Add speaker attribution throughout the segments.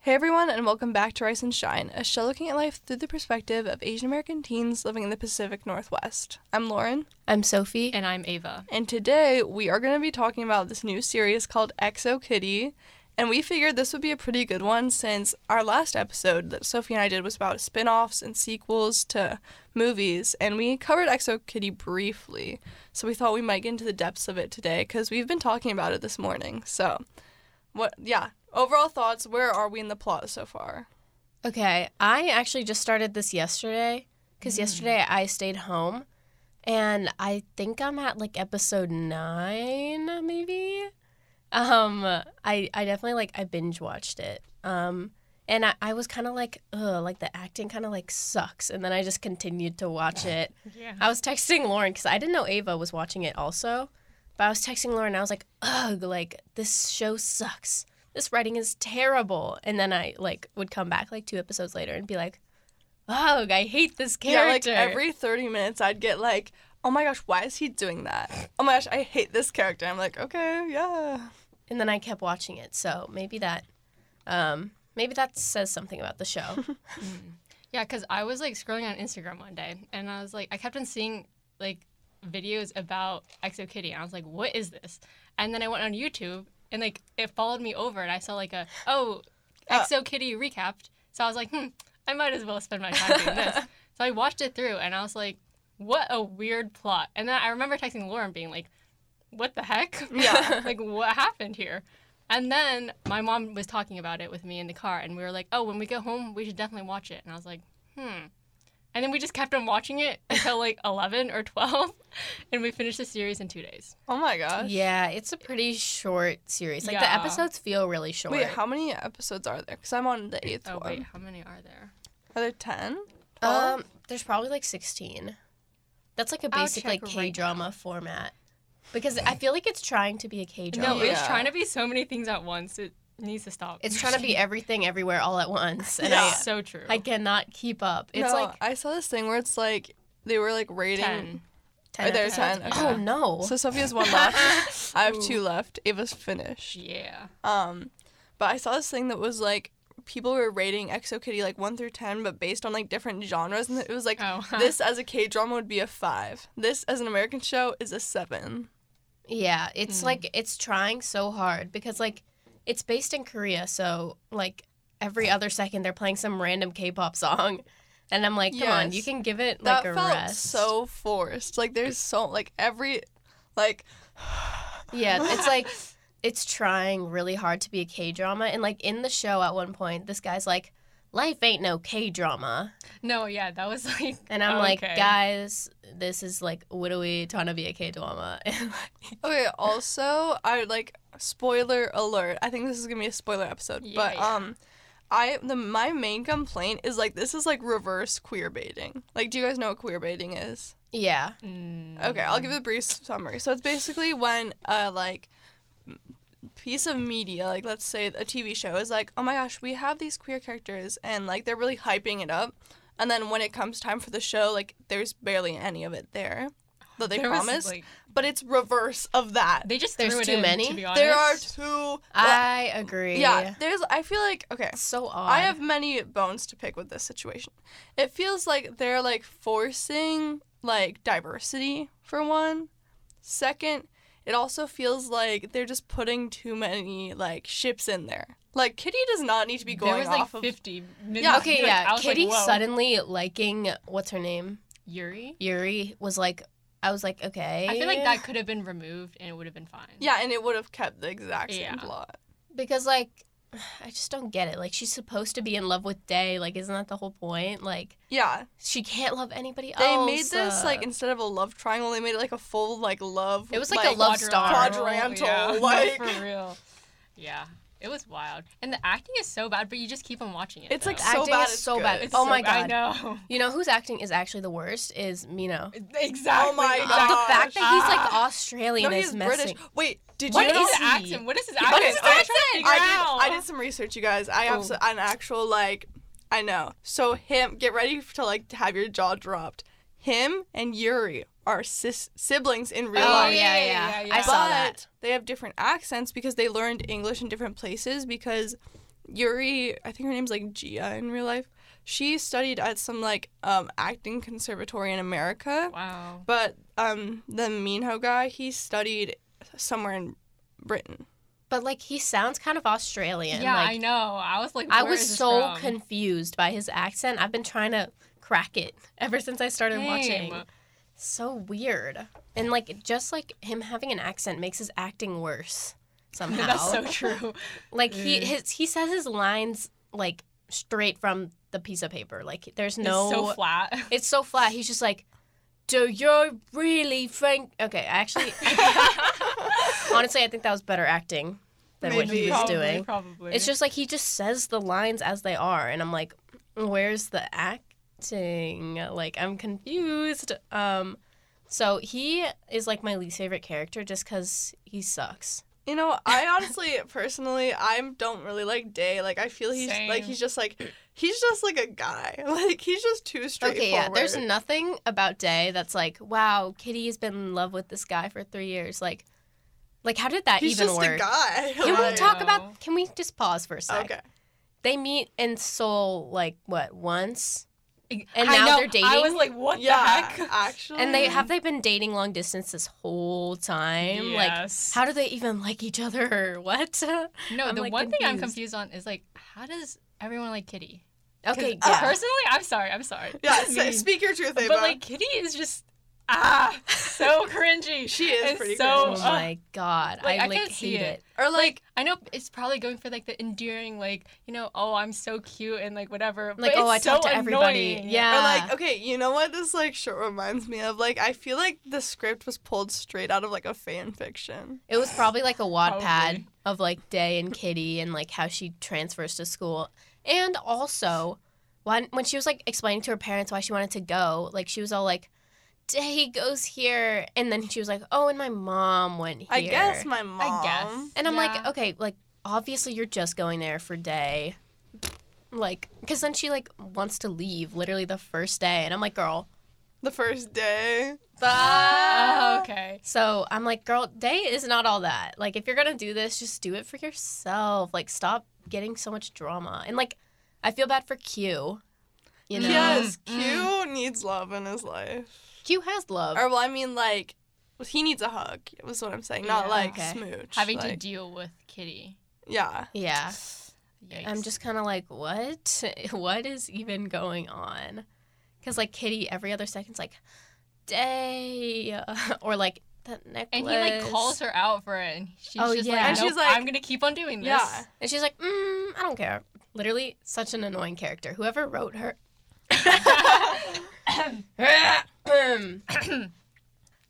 Speaker 1: Hey everyone, and welcome back to Rice and Shine, a show looking at life through the perspective of Asian American teens living in the Pacific Northwest. I'm Lauren,
Speaker 2: I'm Sophie.
Speaker 3: And I'm Ava.
Speaker 1: and today we are going to be talking about this new series called Exo Kitty. And we figured this would be a pretty good one since our last episode that Sophie and I did was about spin offs and sequels to movies, and we covered Exo Kitty briefly. So we thought we might get into the depths of it today because we've been talking about it this morning. So, what, yeah, overall thoughts where are we in the plot so far?
Speaker 2: Okay, I actually just started this yesterday because
Speaker 3: Mm.
Speaker 2: yesterday I stayed home and I think I'm at like episode nine, maybe. Um, I, I definitely like I binge watched it. Um, and I, I was kind of like, ugh, like the acting kind of like sucks. And then I just continued to watch it.
Speaker 3: Yeah.
Speaker 2: I was texting Lauren because I didn't know Ava was watching it also. But I was texting Lauren and I was like, ugh, like this show sucks. This writing is terrible. And then I like would come back like two episodes later and be like, ugh, I hate this character.
Speaker 1: Yeah, like every 30 minutes, I'd get like, oh my gosh, why is he doing that? Oh my gosh, I hate this character. I'm like, okay, yeah.
Speaker 2: and then I kept watching it. So maybe that um maybe that says something about the show.
Speaker 3: Yeah, because I was like scrolling on Instagram one day and I was like, I kept on seeing like videos about ExoKitty and I was like, what is this? And then I went on YouTube and like it followed me over and I saw like a, oh,
Speaker 1: Uh.
Speaker 3: ExoKitty recapped. So I was like, hmm, I might as well spend my time doing this. so I watched it through and I was like, what a weird plot. And then I remember texting Lauren being like, what the heck?
Speaker 1: Yeah.
Speaker 3: like, what happened here? And then my mom was talking about it with me in the car, and we were like, oh, when we go home, we should definitely watch it. And I was like, hmm. And then we just kept on watching it until like 11 or 12, and we finished the series in two days.
Speaker 1: Oh my gosh.
Speaker 2: yeah, it's a pretty short series. Like the
Speaker 3: Yeah.
Speaker 2: episodes feel really short.
Speaker 1: Wait, how many episodes are there? Because I'm on the eighth
Speaker 3: Oh,
Speaker 1: one.
Speaker 3: wait, how many are there?
Speaker 1: Are there 10?
Speaker 2: um there's probably like 16. That's like a
Speaker 3: I'll
Speaker 2: basic
Speaker 3: check
Speaker 2: like
Speaker 3: right
Speaker 2: K-drama format. Because I feel like it's trying to be a K-drama.
Speaker 3: No, it's
Speaker 1: Yeah.
Speaker 3: trying to be so many things at once. It needs to stop.
Speaker 2: It's trying to be everything everywhere all at once and
Speaker 1: Yeah.
Speaker 3: It's so true.
Speaker 2: I I cannot keep up. It's
Speaker 1: no,
Speaker 2: like
Speaker 1: I saw this thing where it's like, they were like rating.
Speaker 3: 10.
Speaker 2: 10
Speaker 1: Are there
Speaker 2: episodes.
Speaker 1: 10?
Speaker 2: Oh
Speaker 1: Okay.
Speaker 2: no.
Speaker 1: So Sophia's one left. I have two left. Ava's finished.
Speaker 3: Yeah.
Speaker 1: Um, but I saw this thing that was like people were rating ExoKitty like one through ten, but based on like different genres, and it was like
Speaker 3: Oh.
Speaker 1: this as a K drama would be a five. This as an American show is a seven.
Speaker 2: Yeah, it's
Speaker 1: Hmm.
Speaker 2: like it's trying so hard because like it's based in Korea, so like every other second they're playing some random K-pop song, and I'm like, come on, you
Speaker 1: Yes.
Speaker 2: can give it like
Speaker 1: That
Speaker 2: a
Speaker 1: felt
Speaker 2: rest.
Speaker 1: so forced. Like there's so like every like
Speaker 2: yeah, it's like it's trying really hard to be a K-drama, and like in the show at one point, this guy's like, life ain't no K-drama,
Speaker 3: No, yeah, that was like.
Speaker 2: and I'm
Speaker 3: Oh,
Speaker 2: like,
Speaker 3: okay.
Speaker 2: guys, this is like what are we trying to be a K-drama? And, like,
Speaker 1: okay. Also, I would like spoiler alert. I think this is gonna be a spoiler episode,
Speaker 3: Yeah,
Speaker 1: but
Speaker 3: yeah.
Speaker 1: um. I the my main complaint is like this is like reverse queer baiting. Like, do you guys know what queer baiting is?
Speaker 2: yeah,
Speaker 3: Mm.
Speaker 1: Okay, I'll give you the brief summary. So it's basically when a like m- piece of media, like let's say a TV show, is like, oh my gosh, we have these queer characters, and like they're really hyping it up, and then when it comes time for the show, like there's barely any of it there, though they
Speaker 3: There was,
Speaker 1: promised.
Speaker 3: like-
Speaker 1: but it's reverse of that.
Speaker 3: They just
Speaker 2: There's
Speaker 3: threw it
Speaker 2: too
Speaker 3: in,
Speaker 2: many?
Speaker 3: To be honest.
Speaker 1: there are two.
Speaker 2: I agree.
Speaker 1: yeah, there's. I feel like okay.
Speaker 2: It's so odd.
Speaker 1: I have many bones to pick with this situation. It feels like they're like forcing like diversity for one. Second, it also feels like they're just putting too many like ships in there. Like Kitty does not need to be going
Speaker 3: there was
Speaker 1: off
Speaker 3: like
Speaker 1: of
Speaker 3: 50. Mid-
Speaker 1: Yeah,
Speaker 2: okay,
Speaker 3: like, I
Speaker 2: yeah.
Speaker 3: was like,
Speaker 2: Kitty
Speaker 3: whoa.
Speaker 2: suddenly liking what's her name
Speaker 3: Yuri.
Speaker 2: Yuri was like, I was like, okay.
Speaker 3: I feel like that could have been removed and it would have been fine.
Speaker 1: Yeah, and it would have kept the exact same
Speaker 3: Yeah.
Speaker 1: plot.
Speaker 2: because like, I just don't get it. Like, she's supposed to be in love with Day. Like, isn't that the whole point? Like,
Speaker 1: Yeah.
Speaker 2: she can't love anybody
Speaker 1: They
Speaker 2: else. Uh,
Speaker 1: made this like instead of a love triangle, they made it like a full like love
Speaker 2: It was like a love star.
Speaker 1: Quadrantal,
Speaker 3: yeah,
Speaker 1: like-
Speaker 3: for real. Yeah, it was wild, and the acting is so bad, but you just keep on watching it.
Speaker 1: It's like
Speaker 3: though.
Speaker 1: so
Speaker 2: acting
Speaker 1: bad
Speaker 2: is
Speaker 1: it's
Speaker 2: so
Speaker 1: good.
Speaker 2: bad.
Speaker 3: It's
Speaker 2: oh
Speaker 3: so
Speaker 2: my
Speaker 3: bad.
Speaker 2: god.
Speaker 3: I know.
Speaker 2: You know whose acting is actually the worst is Mino.
Speaker 3: Exactly.
Speaker 1: Oh my
Speaker 3: exactly.
Speaker 1: God.
Speaker 2: The fact that he's like
Speaker 1: Ah.
Speaker 2: Australian
Speaker 1: No, he's
Speaker 2: is messing.
Speaker 1: British. Wait, did
Speaker 3: What
Speaker 1: you
Speaker 3: is
Speaker 1: know
Speaker 3: his
Speaker 2: he?
Speaker 3: accent? What is his accent?
Speaker 2: What is his
Speaker 3: I'm trying to figure
Speaker 1: I
Speaker 3: out.
Speaker 1: did, I did some research, you guys. I have
Speaker 3: Oh.
Speaker 1: s an actual like, I know. So him, get ready to like have your jaw dropped. Him and Yuri are sis- siblings in real
Speaker 3: Oh,
Speaker 1: life.
Speaker 3: yeah, yeah, yeah.
Speaker 2: I
Speaker 1: But
Speaker 2: saw that.
Speaker 1: they have different accents because they learned English in different places because Yuri, I think her name's like Gia in real life. She studied at some like um, acting conservatory in America,
Speaker 3: Wow.
Speaker 1: but um, the Minho guy, he studied somewhere in Britain.
Speaker 2: But like he sounds kind of Australian.
Speaker 3: yeah,
Speaker 2: like,
Speaker 3: I know. I was like,
Speaker 2: I
Speaker 3: where
Speaker 2: was
Speaker 3: is this
Speaker 2: so
Speaker 3: from?
Speaker 2: confused by his accent. I've been trying to crack it ever since I started
Speaker 3: Same.
Speaker 2: watching. So weird. And like just like him having an accent makes his acting worse somehow.
Speaker 3: That's so true.
Speaker 2: like he his, he says his lines like straight from the piece of paper. Like there's no
Speaker 3: It's so flat.
Speaker 2: It's so flat. He's just like, "Do you really think?" Okay, I actually, honestly, I think that was better acting than what he
Speaker 1: Maybe.
Speaker 2: was
Speaker 3: probably,
Speaker 2: doing.
Speaker 3: Probably.
Speaker 2: It's just like he just says the lines as they are, and I'm like, "Where's the acting?" Like I'm confused. Um, so he is like my least favorite character just because he sucks.
Speaker 1: You know, I honestly, personally, I don't really like Day. Like, I feel he's
Speaker 3: Same.
Speaker 1: like he's just like he's just like a guy. Like he's just too straightforward.
Speaker 2: Okay, yeah. There's nothing about Day that's like, wow, Kitty has been in love with this guy for three years. Like, like how did that
Speaker 1: he's
Speaker 2: even
Speaker 1: just
Speaker 2: work?
Speaker 1: a guy.
Speaker 2: Can we
Speaker 1: Like-
Speaker 2: talk
Speaker 3: Wow.
Speaker 2: about? Can we just pause for a sec?
Speaker 1: Okay.
Speaker 2: They meet in Seoul like what once,
Speaker 3: and
Speaker 2: and now they're
Speaker 3: I was
Speaker 2: dating?
Speaker 3: like, what
Speaker 1: yeah,
Speaker 3: the heck?
Speaker 1: actually,
Speaker 2: and they have they been dating long distance this whole time? Like,
Speaker 3: Yes.
Speaker 2: how do they even like each other? or What?
Speaker 3: no,
Speaker 2: I'm,
Speaker 3: the
Speaker 2: like,
Speaker 3: one thing I'm
Speaker 2: confused.
Speaker 3: confused on is like, how does everyone like Kitty? 'Cause
Speaker 2: okay, yeah.
Speaker 3: Personally, I'm sorry. I'm sorry.
Speaker 1: Yeah,
Speaker 3: This is
Speaker 1: say,
Speaker 3: mean.
Speaker 1: speak your truth, Ava.
Speaker 3: but like Kitty is just ah so cringy.
Speaker 1: She is
Speaker 3: It's
Speaker 1: pretty
Speaker 2: oh
Speaker 3: so,
Speaker 1: cringy.
Speaker 3: uh,
Speaker 2: my god,
Speaker 3: like,
Speaker 2: I
Speaker 3: I
Speaker 2: like
Speaker 3: can't see
Speaker 2: hate
Speaker 3: it.
Speaker 2: it.
Speaker 1: or
Speaker 3: like I know it's probably going for like the endearing, like you know, oh I'm so cute and like whatever.
Speaker 2: Like,
Speaker 3: but
Speaker 2: oh, I
Speaker 3: it's so
Speaker 2: talk to everybody.
Speaker 3: annoying.
Speaker 2: Yeah.
Speaker 1: Or like, okay, you know what this like short reminds me of? Like, I feel like the script was pulled straight out of like a fan fiction.
Speaker 2: It was probably like a Wattpad
Speaker 3: Probably.
Speaker 2: of like Day and Kitty and like how she transfers to school. And also, when when she was like explaining to her parents why she wanted to go, like she was all like, "Day goes here," and then she was like, "Oh, and my mom went here."
Speaker 1: I guess my mom.
Speaker 3: I guess.
Speaker 2: And I'm like,
Speaker 3: Yeah.
Speaker 2: okay, like obviously you're just going there for Day, like, because then she like wants to leave literally the first day, and I'm like, girl,
Speaker 1: The first day.
Speaker 3: Oh, okay.
Speaker 2: So I'm like, girl, day is not all that. Like, if you're gonna do this, just do it for yourself. Like, stop getting so much drama. And like, I feel bad for Q. You know,
Speaker 1: Yes, Q
Speaker 3: Mm.
Speaker 1: needs love in his life.
Speaker 2: Q has love.
Speaker 1: Or well, I mean, like, he needs a hug. Was what I'm saying, not
Speaker 3: Yeah.
Speaker 1: like
Speaker 2: Okay.
Speaker 1: smooch.
Speaker 3: Having to
Speaker 1: like-
Speaker 3: deal with Kitty.
Speaker 1: yeah.
Speaker 2: yeah,
Speaker 3: Yikes.
Speaker 2: I'm just kind of like, what? what is even going on? Because like Kitty, every other second's like, day, or like that necklace.
Speaker 3: and he like calls her out for it, and she's
Speaker 2: Oh,
Speaker 3: just
Speaker 2: yeah.
Speaker 3: like,
Speaker 2: And
Speaker 1: she's
Speaker 3: "Nope,
Speaker 1: like-
Speaker 3: I'm gonna keep on doing this.
Speaker 1: Yeah.
Speaker 2: and she's like, mm, I don't care. Literally, such an annoying character. Whoever wrote her,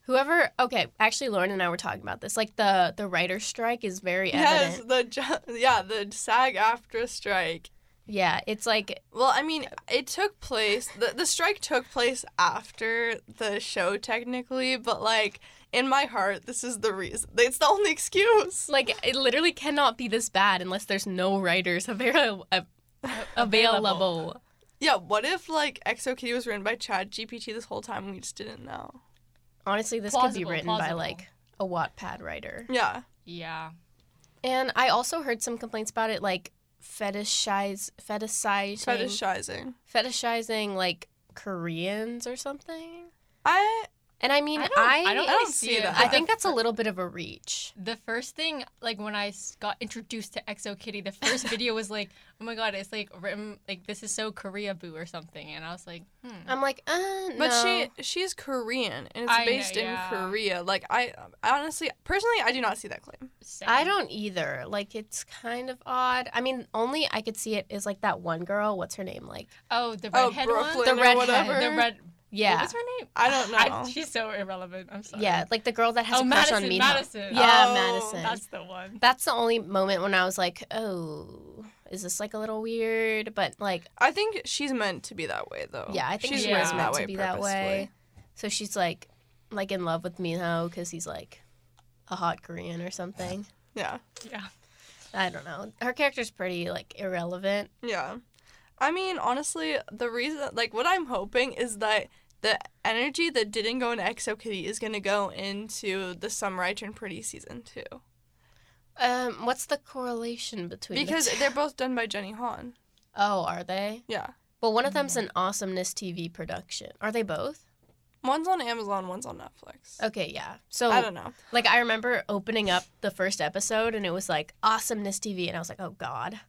Speaker 2: Whoever, okay, actually, Lauren and I were talking about this. Like the the writer strike is very
Speaker 1: Yes,
Speaker 2: evident.
Speaker 1: the ju- yeah the SAG after strike.
Speaker 2: Yeah, it's like
Speaker 1: Well, I mean, it took place. The, the strike took place after the show, technically, but like in my heart, this is the reason. It's the only excuse.
Speaker 2: like it literally cannot be this bad unless there's no writers avail- av- available.
Speaker 1: Yeah. What if like ExoKitty was written by Chad GPT this whole time and we just didn't know?
Speaker 2: Honestly, this could be
Speaker 3: Plausible,
Speaker 2: written by
Speaker 3: plausible.
Speaker 2: like a Wattpad writer.
Speaker 1: Yeah.
Speaker 3: Yeah.
Speaker 2: And I also heard some complaints about it, like fetishize, fetishizing,
Speaker 1: Fetishizing.
Speaker 2: fetishizing like Koreans or something.
Speaker 1: I
Speaker 2: And I mean,
Speaker 3: I
Speaker 2: I
Speaker 3: don't, I, don't,
Speaker 1: I
Speaker 3: really
Speaker 1: don't
Speaker 3: see,
Speaker 1: see
Speaker 3: it.
Speaker 1: that.
Speaker 2: I think that's a little bit of a reach.
Speaker 3: the first thing, like when I s- got introduced to ExoKitty, the first video was like, "Oh my god, it's like written like this is so Korea boo or something," and I was like, "Hmm."
Speaker 2: I'm like, uh,
Speaker 1: But
Speaker 2: no.
Speaker 1: she she's Korean and it's
Speaker 3: I know,
Speaker 1: based in
Speaker 3: yeah.
Speaker 1: Korea. Like I honestly, personally, I do not see that claim.
Speaker 3: Same.
Speaker 2: I don't either. Like it's kind of odd. I mean, only I could see it is like that one girl. What's her name? Like
Speaker 3: Oh, the
Speaker 1: Oh,
Speaker 3: redhead one.
Speaker 1: Brooklyn
Speaker 2: The
Speaker 1: or
Speaker 2: redhead,
Speaker 1: whatever.
Speaker 3: The red. What
Speaker 2: yeah,
Speaker 3: was her name?
Speaker 1: I don't know.
Speaker 3: she's so irrelevant. I'm sorry.
Speaker 2: yeah, like the girl that has a
Speaker 3: oh,
Speaker 2: crush
Speaker 3: Madison.
Speaker 2: on me.
Speaker 3: Madison.
Speaker 2: Yeah,
Speaker 1: Oh,
Speaker 2: Madison. That's...
Speaker 3: That's the one.
Speaker 2: the only moment when I was like, oh, is this like a little weird? But like,
Speaker 1: I think she's meant to be that way though.
Speaker 2: yeah, I think
Speaker 1: Oh, she's
Speaker 2: she
Speaker 3: yeah.
Speaker 2: was
Speaker 1: written
Speaker 2: meant
Speaker 1: that
Speaker 2: to
Speaker 1: way
Speaker 2: be that way. So she's like, like in love with Minho because he's like a hot Korean or something.
Speaker 1: purposefully. Yeah,
Speaker 3: Yeah.
Speaker 2: I don't know. Her character's pretty like irrelevant.
Speaker 1: yeah. I mean, honestly, the reason, like, what I'm hoping is that the energy that didn't go into ExoKitty is gonna go into the Samurai Turn Pretty season two.
Speaker 2: Um, what's the correlation between? the
Speaker 1: because
Speaker 2: two?
Speaker 1: they're both done by Jenny Hahn.
Speaker 2: oh, are they?
Speaker 1: Yeah.
Speaker 2: Well, one of them's
Speaker 1: Mm-hmm.
Speaker 2: an awesomeness TV production. Are they both?
Speaker 1: One's on Amazon, one's on Netflix.
Speaker 2: Okay, yeah. So
Speaker 1: I don't know.
Speaker 2: Like I remember opening up the first episode and it was like awesomeness TV and I was like, "Oh god.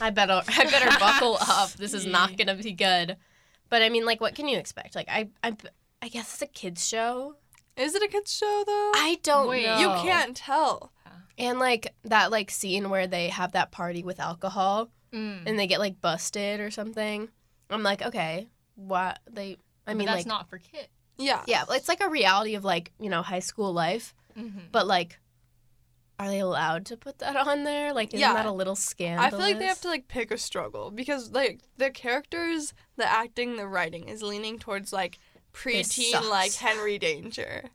Speaker 2: I better I better buckle up. This is not going to be good." But I mean, like what can you expect? Like I I I guess it's a kids show.
Speaker 1: Is it a kids show though?
Speaker 2: I don't
Speaker 3: Wait.
Speaker 2: know.
Speaker 1: you can't tell.
Speaker 2: And like that like scene where they have that party with alcohol
Speaker 3: Mm.
Speaker 2: and they get like busted or something. I'm like, "Okay, what they I
Speaker 3: But
Speaker 2: mean
Speaker 3: that's
Speaker 2: like
Speaker 3: not for kids.
Speaker 1: Yeah.
Speaker 2: yeah, it's like a reality of like, you know, high school life.
Speaker 3: Mm-hmm.
Speaker 2: But like, are they allowed to put that on there? Like, isn't
Speaker 1: Yeah.
Speaker 2: that a little scandalous?
Speaker 1: I feel like they have to like pick a struggle because like the characters, the acting, the writing is leaning towards like preteen
Speaker 2: sucks.
Speaker 1: like Henry Danger.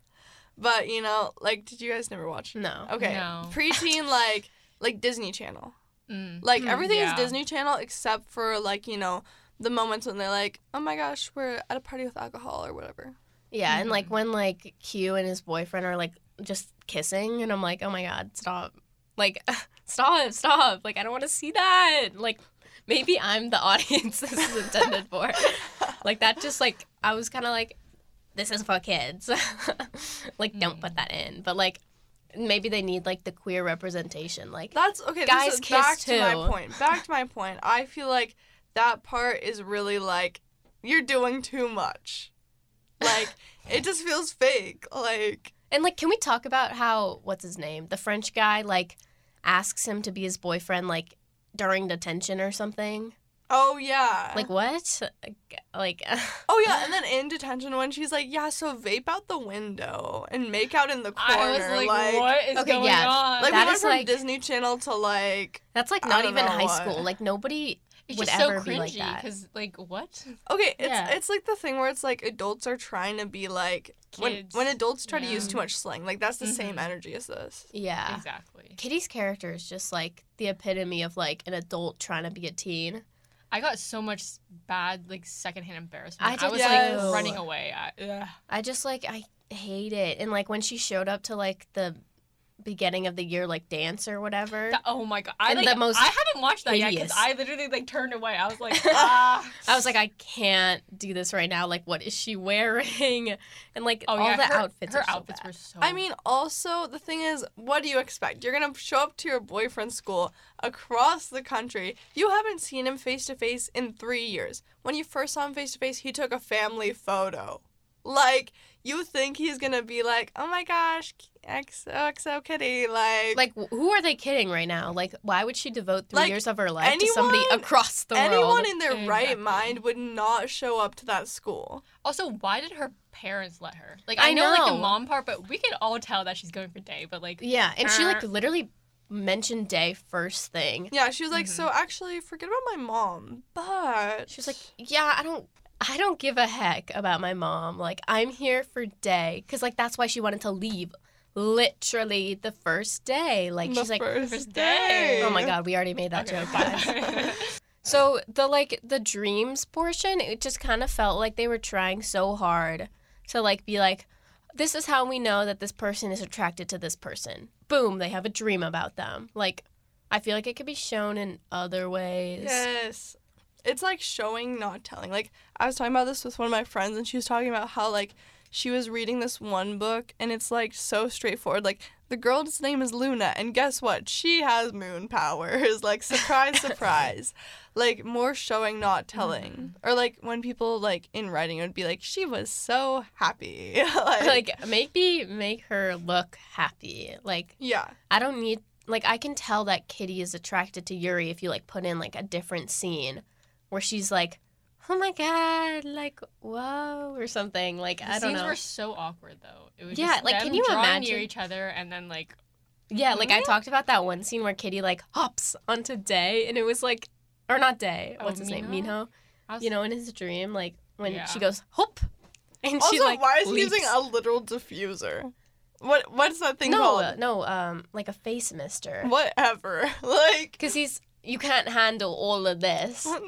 Speaker 1: But you know, like did you guys never watch?
Speaker 2: No.
Speaker 1: Okay.
Speaker 3: No.
Speaker 1: Preteen like like Disney Channel.
Speaker 3: Mm.
Speaker 1: Like
Speaker 2: Mm,
Speaker 1: everything
Speaker 3: yeah.
Speaker 1: is Disney Channel except for like, you know, the moments when they're like, "Oh my gosh, we're at a party with alcohol or whatever."
Speaker 2: Yeah, and like when like Q and his boyfriend are like just kissing, and I'm like, oh my god, stop! Like, stop, stop! Like, I don't want to see that. Like, maybe I'm the audience this is intended for. like that, just like I was kind of like, this is for kids. like, don't
Speaker 1: Mm.
Speaker 2: put that in. But like, maybe they need like the queer representation. Like,
Speaker 1: That's okay.
Speaker 2: Guys
Speaker 1: this is back
Speaker 2: kiss
Speaker 1: to my
Speaker 2: too.
Speaker 1: point. Back to my point. I feel like that part is really like you're doing too much. Like it just feels fake. Like
Speaker 2: And like, can we talk about how what's his name, the French guy, like asks him to be his boyfriend, like during detention or something?
Speaker 1: oh yeah.
Speaker 2: Like what? Like,
Speaker 1: oh yeah. And then in detention when she's like, yeah, so vape out the window and make out in the corner.
Speaker 3: I was like,
Speaker 1: like
Speaker 3: what is
Speaker 2: Okay,
Speaker 3: going
Speaker 2: yeah.
Speaker 3: on?
Speaker 1: Like we
Speaker 2: That
Speaker 1: went
Speaker 2: is,
Speaker 1: from
Speaker 2: like-
Speaker 1: Disney Channel to like
Speaker 2: that's like
Speaker 1: I
Speaker 2: not
Speaker 1: don't
Speaker 2: even
Speaker 1: know
Speaker 2: high
Speaker 1: why.
Speaker 2: school. Like nobody
Speaker 3: it's
Speaker 2: would
Speaker 3: just so
Speaker 2: ever be like
Speaker 3: cringy
Speaker 2: that.
Speaker 3: because, like, what?
Speaker 1: okay, it's
Speaker 3: Yeah.
Speaker 1: it's like the thing where it's like adults are trying to be like when
Speaker 3: Kids.
Speaker 1: when adults try to
Speaker 3: Yeah.
Speaker 1: use too much slang, like that's the same
Speaker 3: Mhm.
Speaker 1: energy as this.
Speaker 2: yeah.
Speaker 3: Exactly.
Speaker 2: Kitty's character is just like the epitome of like an adult trying to be a teen.
Speaker 3: I got so much bad, like, secondhand embarrassment.
Speaker 2: I
Speaker 3: I,
Speaker 2: did
Speaker 3: was
Speaker 1: too.
Speaker 3: like running away. I, ugh.
Speaker 2: I just like I hate it. And like when she showed up to like the beginning of the year like dance or whatever.
Speaker 3: That- oh my god! I,
Speaker 2: And
Speaker 3: like,
Speaker 2: the most
Speaker 3: I haven't watched that yet
Speaker 2: hideous.
Speaker 3: because I literally like turned away. I was like, ah.
Speaker 2: I was like, I can't do this right now. Like, what is she wearing? And like
Speaker 3: Oh
Speaker 2: all
Speaker 3: yeah,
Speaker 2: the
Speaker 3: her,
Speaker 2: outfits.
Speaker 3: Her
Speaker 2: are so
Speaker 3: outfits
Speaker 2: bad.
Speaker 3: were so.
Speaker 1: I mean, also the thing is, what do you expect? You're gonna show up to your boyfriend's school across the country. You haven't seen him face to face in three years. When you first saw him face to face, he took a family photo. Like you think he's gonna be like, oh my gosh, XOXO Kitty, like,
Speaker 2: Like, wh- who are they kidding right now? Like, why would she devote three
Speaker 1: Like,
Speaker 2: years of her life to
Speaker 1: anyone-
Speaker 2: somebody across the
Speaker 1: anyone
Speaker 2: world?
Speaker 1: in their
Speaker 3: Exactly.
Speaker 1: right mind would not show up to that school.
Speaker 3: also, why did her parents let her? Like,
Speaker 2: I
Speaker 3: I, know, like
Speaker 2: know.
Speaker 3: the mom part, but we could all tell that she's going for day. But like,
Speaker 2: yeah, and she like
Speaker 3: Uh.
Speaker 2: literally mentioned day first thing.
Speaker 1: Yeah, she was like, so actually, forget about my mom, but
Speaker 2: Mm-hmm. She was like, yeah, I don't. I don't give a heck about my mom. Like, I'm here for day. Cause, like, that's why she wanted to leave literally the first day. Like,
Speaker 1: the
Speaker 2: she's like,
Speaker 1: first
Speaker 3: day.
Speaker 1: day.
Speaker 2: oh my God, we already made that
Speaker 3: okay,
Speaker 2: joke, guys.
Speaker 3: bye.
Speaker 2: So the like the dreams portion, it just kind of felt like they were trying so hard to like be like, this is how we know that this person is attracted to this person. Boom, they have a dream about them. Like, I feel like it could be shown in other ways.
Speaker 1: Yes. It's like showing, not telling. Like, I was talking about this with one of my friends, and she was talking about how, like, she was reading this one book, and it's, like, so straightforward. Like, the girl's name is Luna, and guess what? She has moon powers. Like, surprise, surprise. Like, more showing, not telling.
Speaker 2: Mm-hmm.
Speaker 1: Or, like, when people, like, in writing, it would be like, she was so happy. like,
Speaker 2: Like maybe make her look happy. Like
Speaker 1: yeah.
Speaker 2: I don't need like I can tell that Kitty is attracted to Yuri if you like put in like a different scene where she's like, oh my god, like whoa or something. Like
Speaker 3: The
Speaker 2: I don't
Speaker 3: scenes
Speaker 2: know.
Speaker 3: were so awkward though. It was
Speaker 2: Yeah,
Speaker 3: just
Speaker 2: like,
Speaker 3: them
Speaker 2: can you
Speaker 3: drawing
Speaker 2: imagine-
Speaker 3: near each other and then like
Speaker 2: Yeah, like I talked about that one scene where Kitty like hops onto Day, and it was like, or not Day,
Speaker 3: Oh,
Speaker 2: what's his name,
Speaker 3: Minho?
Speaker 2: Minho.
Speaker 3: I was,
Speaker 2: You know, in his dream, like when
Speaker 3: Yeah.
Speaker 2: she goes hop, and
Speaker 1: Also,
Speaker 2: she like
Speaker 1: why is he
Speaker 2: leaps.
Speaker 1: using a literal diffuser? What What's that thing
Speaker 2: no, uh,
Speaker 1: called?
Speaker 2: no, um, like a face mister,
Speaker 1: Whatever. Like,
Speaker 2: because he's you can't handle all of this.
Speaker 1: No!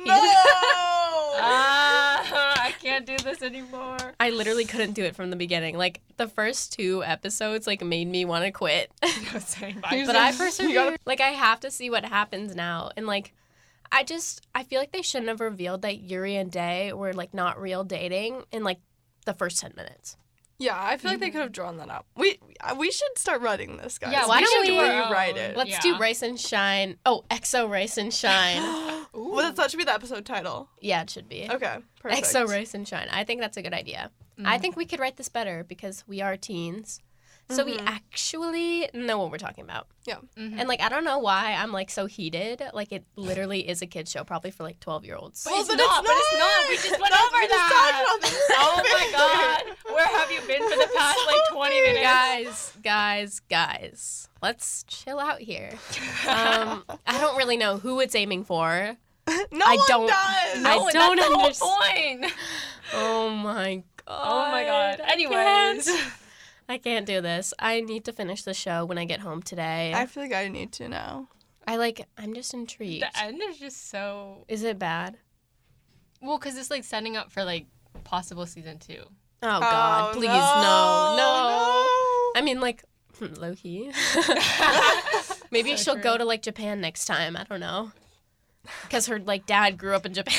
Speaker 3: Ah, I can't do this anymore.
Speaker 2: I literally couldn't do it from the beginning. Like the first two episodes, like made me want to quit.
Speaker 3: No, same.
Speaker 1: He's like,
Speaker 2: but I
Speaker 1: "You
Speaker 2: persevered.
Speaker 1: gotta-"
Speaker 2: Like I have to see what happens now, and like I just I feel like they shouldn't have revealed that Yuri and Day were like not real dating in like the first ten minutes.
Speaker 1: Yeah, I feel like
Speaker 2: mm.
Speaker 1: they could have drawn that up. We we should start writing this, guys.
Speaker 3: Yeah,
Speaker 1: we
Speaker 2: why don't
Speaker 1: should
Speaker 2: we-
Speaker 1: rewrite it?
Speaker 2: Let's
Speaker 3: Yeah.
Speaker 2: do Rice and Shine. Oh, EXO Rice and Shine.
Speaker 1: well, that's, that should be the episode title.
Speaker 2: yeah, it should be.
Speaker 1: Okay, Oh, perfect. Mm.
Speaker 2: EXO Rice and Shine. I think that's a good idea.
Speaker 3: mm,
Speaker 2: I think we could write this better because we are teens. So
Speaker 1: Mm-hmm.
Speaker 2: we actually know what we're talking about.
Speaker 1: Yeah.
Speaker 3: Mhm.
Speaker 2: And like I don't know why I'm like so heated. Like it literally is a kid show, probably for like twelve year olds.
Speaker 3: But it's not, but it's not. We just went
Speaker 1: No,
Speaker 3: over
Speaker 1: we just
Speaker 3: that.
Speaker 1: talked about this.
Speaker 3: Oh my god. Where have you been for the past like 20 minutes?
Speaker 2: guys, guys, guys. Let's chill out here. Um, I don't really know who it's aiming for.
Speaker 1: No
Speaker 2: I
Speaker 1: one
Speaker 2: don't-
Speaker 1: does.
Speaker 2: I
Speaker 3: No, that's
Speaker 2: don't
Speaker 3: the whole
Speaker 2: understand.
Speaker 3: point.
Speaker 2: Oh my god.
Speaker 3: Oh my god.
Speaker 2: I
Speaker 3: Anyways,
Speaker 2: can't. I can't do this. I need to finish the show when I get home today.
Speaker 1: I
Speaker 2: I,
Speaker 1: feel like I need to know.
Speaker 2: like I'm just intrigued.
Speaker 3: the end is just so
Speaker 2: Is it bad?
Speaker 3: well because it's like setting up for like possible season two.
Speaker 2: Oh
Speaker 1: Oh,
Speaker 2: god, please no.
Speaker 1: no,
Speaker 2: No.
Speaker 1: no.
Speaker 2: I mean like Loki. Maybe
Speaker 3: So
Speaker 2: she'll go
Speaker 3: true.
Speaker 2: to like Japan next time. I don't know. Cuz her like dad grew up in Japan.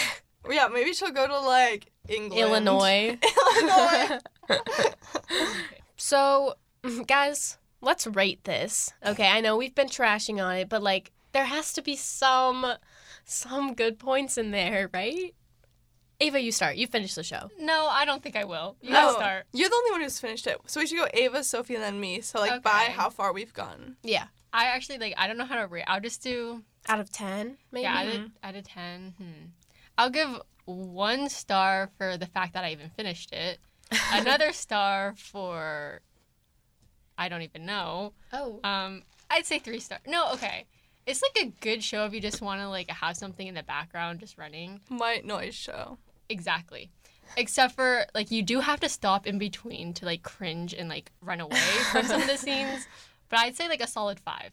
Speaker 1: Yeah, maybe she'll go to like England,
Speaker 2: Illinois.
Speaker 1: Illinois.
Speaker 2: So, guys, let's rate this. Okay, I know we've been trashing on it, but like there has to be some some good points in there, right? Ava, you start. You finish the show.
Speaker 3: No, I don't think I will. You
Speaker 1: No,
Speaker 3: start.
Speaker 1: You're the only one who's finished it, so we should go Ava, Sophie, and then me. So like by
Speaker 3: Okay.
Speaker 1: how far we've gone.
Speaker 2: Yeah.
Speaker 3: I actually like I don't know how to rate. I'll just do
Speaker 2: Out of 10, maybe.
Speaker 3: yeah, out of, out of 10. Hmm. I'll give one star for the fact that I even finished it. Another star for I don't even know.
Speaker 2: Oh.
Speaker 3: Um, I'd say three star. No, okay. It's like a good show if you just want to like have something in the background just running.
Speaker 1: White noise show.
Speaker 3: Exactly. Except for like you do have to stop in between to like cringe and like run away from some of the scenes. But I'd say like a solid five.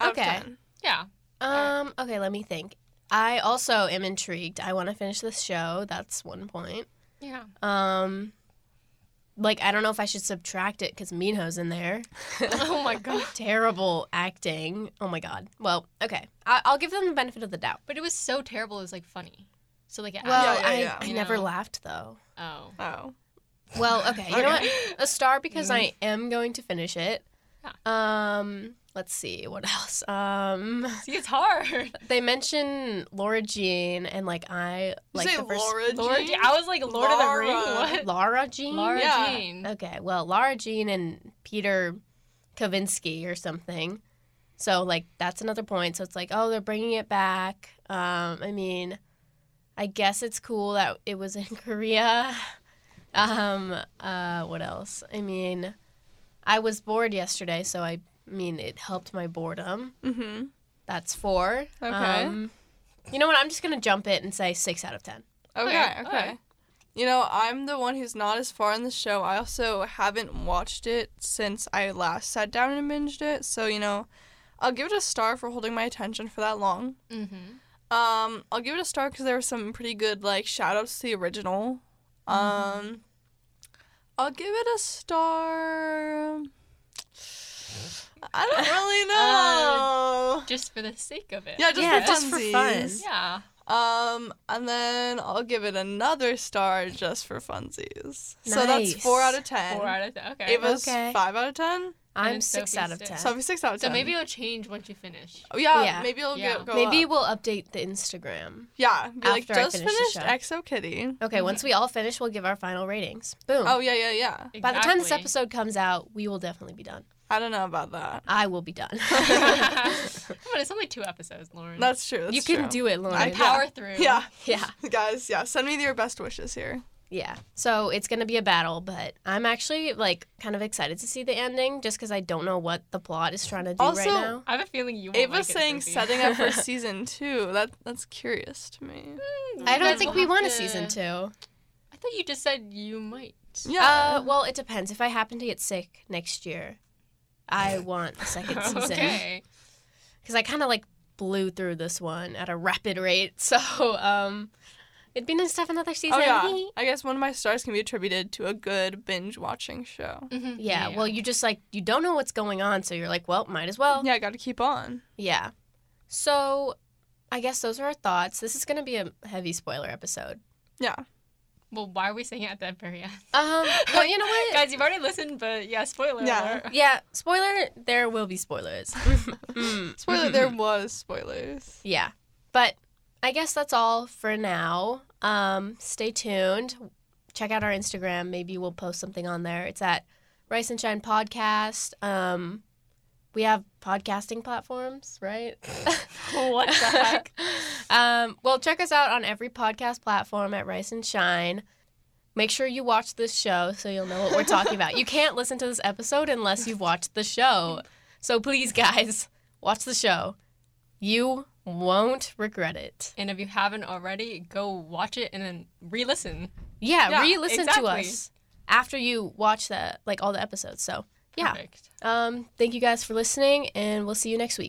Speaker 1: Out of
Speaker 2: Okay.
Speaker 1: 10.
Speaker 3: Yeah.
Speaker 2: Um, okay, let me think. I also am intrigued. I want to finish this show. That's one point.
Speaker 3: Yeah.
Speaker 2: Um like I don't know if I should subtract it cuz Minho's in there.
Speaker 3: Oh my god.
Speaker 2: terrible acting. Oh my god. Well, okay. I- I'll give them the benefit of the doubt.
Speaker 3: But it was so terrible. It was like funny. So like it
Speaker 2: Well,
Speaker 1: Yeah, yeah, yeah.
Speaker 2: I, I
Speaker 3: You
Speaker 2: never
Speaker 3: know.
Speaker 2: laughed though.
Speaker 3: Oh.
Speaker 1: Oh.
Speaker 2: Well, okay. Mm-hmm. You know
Speaker 1: Okay.
Speaker 2: what? A star because I am going to finish it. Um, let's see what else. Um,
Speaker 3: See, it's hard.
Speaker 2: they mention Laura Jean and like I like
Speaker 1: you say
Speaker 2: the first
Speaker 1: Laura,
Speaker 3: Laura,
Speaker 1: Jean?
Speaker 3: Jean- I was like Lord of the Ring.
Speaker 1: Laura.
Speaker 3: What?
Speaker 2: Laura Jean.
Speaker 3: Laura
Speaker 1: Yeah.
Speaker 3: Jean.
Speaker 2: Okay. Well, Laura Jean and Peter Kavinsky or something. So like that's another point. So it's like, oh, they're bringing it back. Um, I mean, I guess it's cool that it was in Korea. Um, uh, what else? I mean, I was bored yesterday, so I mean, it helped my boredom.
Speaker 1: Mm-hmm.
Speaker 2: That's four.
Speaker 1: Okay.
Speaker 2: Um, you know what? I'm just gonna jump it and say six out of ten.
Speaker 1: Okay,
Speaker 3: Okay,
Speaker 1: okay.
Speaker 3: alright.
Speaker 1: You know, I'm the one who's not as far in the show. I also haven't watched it since I last sat down and binged it. So, you know, I'll give it a star for holding my attention for that long.
Speaker 3: Mm-hmm.
Speaker 1: Um, I'll give it a star because there were some pretty good, like, shout outs to the original. Um, I'll give it a star. I don't really know.
Speaker 3: Just for the sake of it.
Speaker 1: yeah, just
Speaker 2: Uh, Yeah,
Speaker 1: for
Speaker 2: just for fun.
Speaker 1: funsies.
Speaker 3: Yeah.
Speaker 1: Um, and then I'll give it another star just for funsies. So that's
Speaker 2: Nice.
Speaker 1: four out of ten.
Speaker 3: Four out of ten. Okay.
Speaker 1: It was
Speaker 2: Okay.
Speaker 1: five out of ten.
Speaker 2: I'm
Speaker 3: then
Speaker 2: six
Speaker 3: Sophie's
Speaker 2: out of
Speaker 3: six.
Speaker 2: ten.
Speaker 1: Sophie six out of
Speaker 3: so
Speaker 1: ten.
Speaker 3: maybe it'll change once you finish.
Speaker 1: Oh, yeah,
Speaker 2: Yeah.
Speaker 1: maybe it'll
Speaker 3: Yeah.
Speaker 1: go- go.
Speaker 2: Maybe
Speaker 1: up.
Speaker 2: we'll update the Instagram.
Speaker 1: yeah. Be like
Speaker 2: after I
Speaker 1: just
Speaker 2: finish the
Speaker 1: finished
Speaker 2: show.
Speaker 1: Exo Kitty.
Speaker 2: Okay, once we all finish, we'll give our final ratings. Boom.
Speaker 1: Oh yeah, yeah, yeah.
Speaker 2: By the time this
Speaker 3: Exactly.
Speaker 2: episode comes out, we will definitely be done.
Speaker 1: I don't know about that.
Speaker 2: I will be done.
Speaker 3: but it's only two episodes, Lauren.
Speaker 1: That's true. That's
Speaker 2: you can
Speaker 1: true.
Speaker 2: do it, Lauren.
Speaker 1: I can-
Speaker 3: power through.
Speaker 1: Yeah,
Speaker 2: Yeah,
Speaker 1: guys. Yeah, send me your best wishes here.
Speaker 2: yeah. So it's gonna be a battle, but I'm actually like kind of excited to see the ending, just because I don't know what the plot is trying to do
Speaker 1: Also,
Speaker 2: right now.
Speaker 3: I have a feeling you. Won't
Speaker 1: Ava's
Speaker 3: like it,
Speaker 1: saying
Speaker 3: Sophie.
Speaker 1: setting up for season two. That that's curious to me.
Speaker 2: Uh, I
Speaker 3: Then
Speaker 2: don't think
Speaker 3: we'll
Speaker 2: we
Speaker 3: have
Speaker 2: want a
Speaker 3: to-
Speaker 2: season two.
Speaker 3: I thought you just said you might.
Speaker 1: Yeah.
Speaker 2: Uh, well, it depends. If I happen to get sick next year, I want a second season.
Speaker 3: okay.
Speaker 2: because I kind of like blew through this one at a rapid rate. So, um, It'd be nice to have another season.
Speaker 1: Oh yeah, I guess one of my stars can be attributed to a good binge watching show.
Speaker 3: Mhm.
Speaker 2: Yeah, well, you just like, you don't know what's going on, so you're like, well, might as well.
Speaker 1: Yeah, I got to keep on.
Speaker 2: Yeah. So I guess those are our thoughts. This is going to be a heavy spoiler episode.
Speaker 1: Yeah,
Speaker 3: Well, why are we saying it at that very end?
Speaker 2: Um, no, you know what?
Speaker 3: Guys, you've already listened, but yeah, spoiler
Speaker 1: Yeah.
Speaker 3: alert.
Speaker 2: yeah, spoiler, there will be spoilers. Mm.
Speaker 1: spoiler. there was spoilers.
Speaker 2: Yeah. But I guess that's all for now. Um, stay tuned. Check out our Instagram. Maybe we'll post something on there. It's at Rice and Shine Podcast. Um, we have podcasting platforms, right?
Speaker 3: What the heck?
Speaker 2: um, well, check us out on every podcast platform at Rice and Shine. Make sure you watch this show so you'll know what we're talking about. You can't listen to this episode unless you've watched the show. So please, guys, watch the show. You won't regret it.
Speaker 3: And if you haven't already, go watch it and then re-listen.
Speaker 2: Yeah,
Speaker 1: Yeah,
Speaker 2: re-listen to
Speaker 3: exactly.
Speaker 2: us after you watch the like all the episodes. So yeah,
Speaker 3: Perfect.
Speaker 2: um, thank you guys for listening, and we'll see you next week.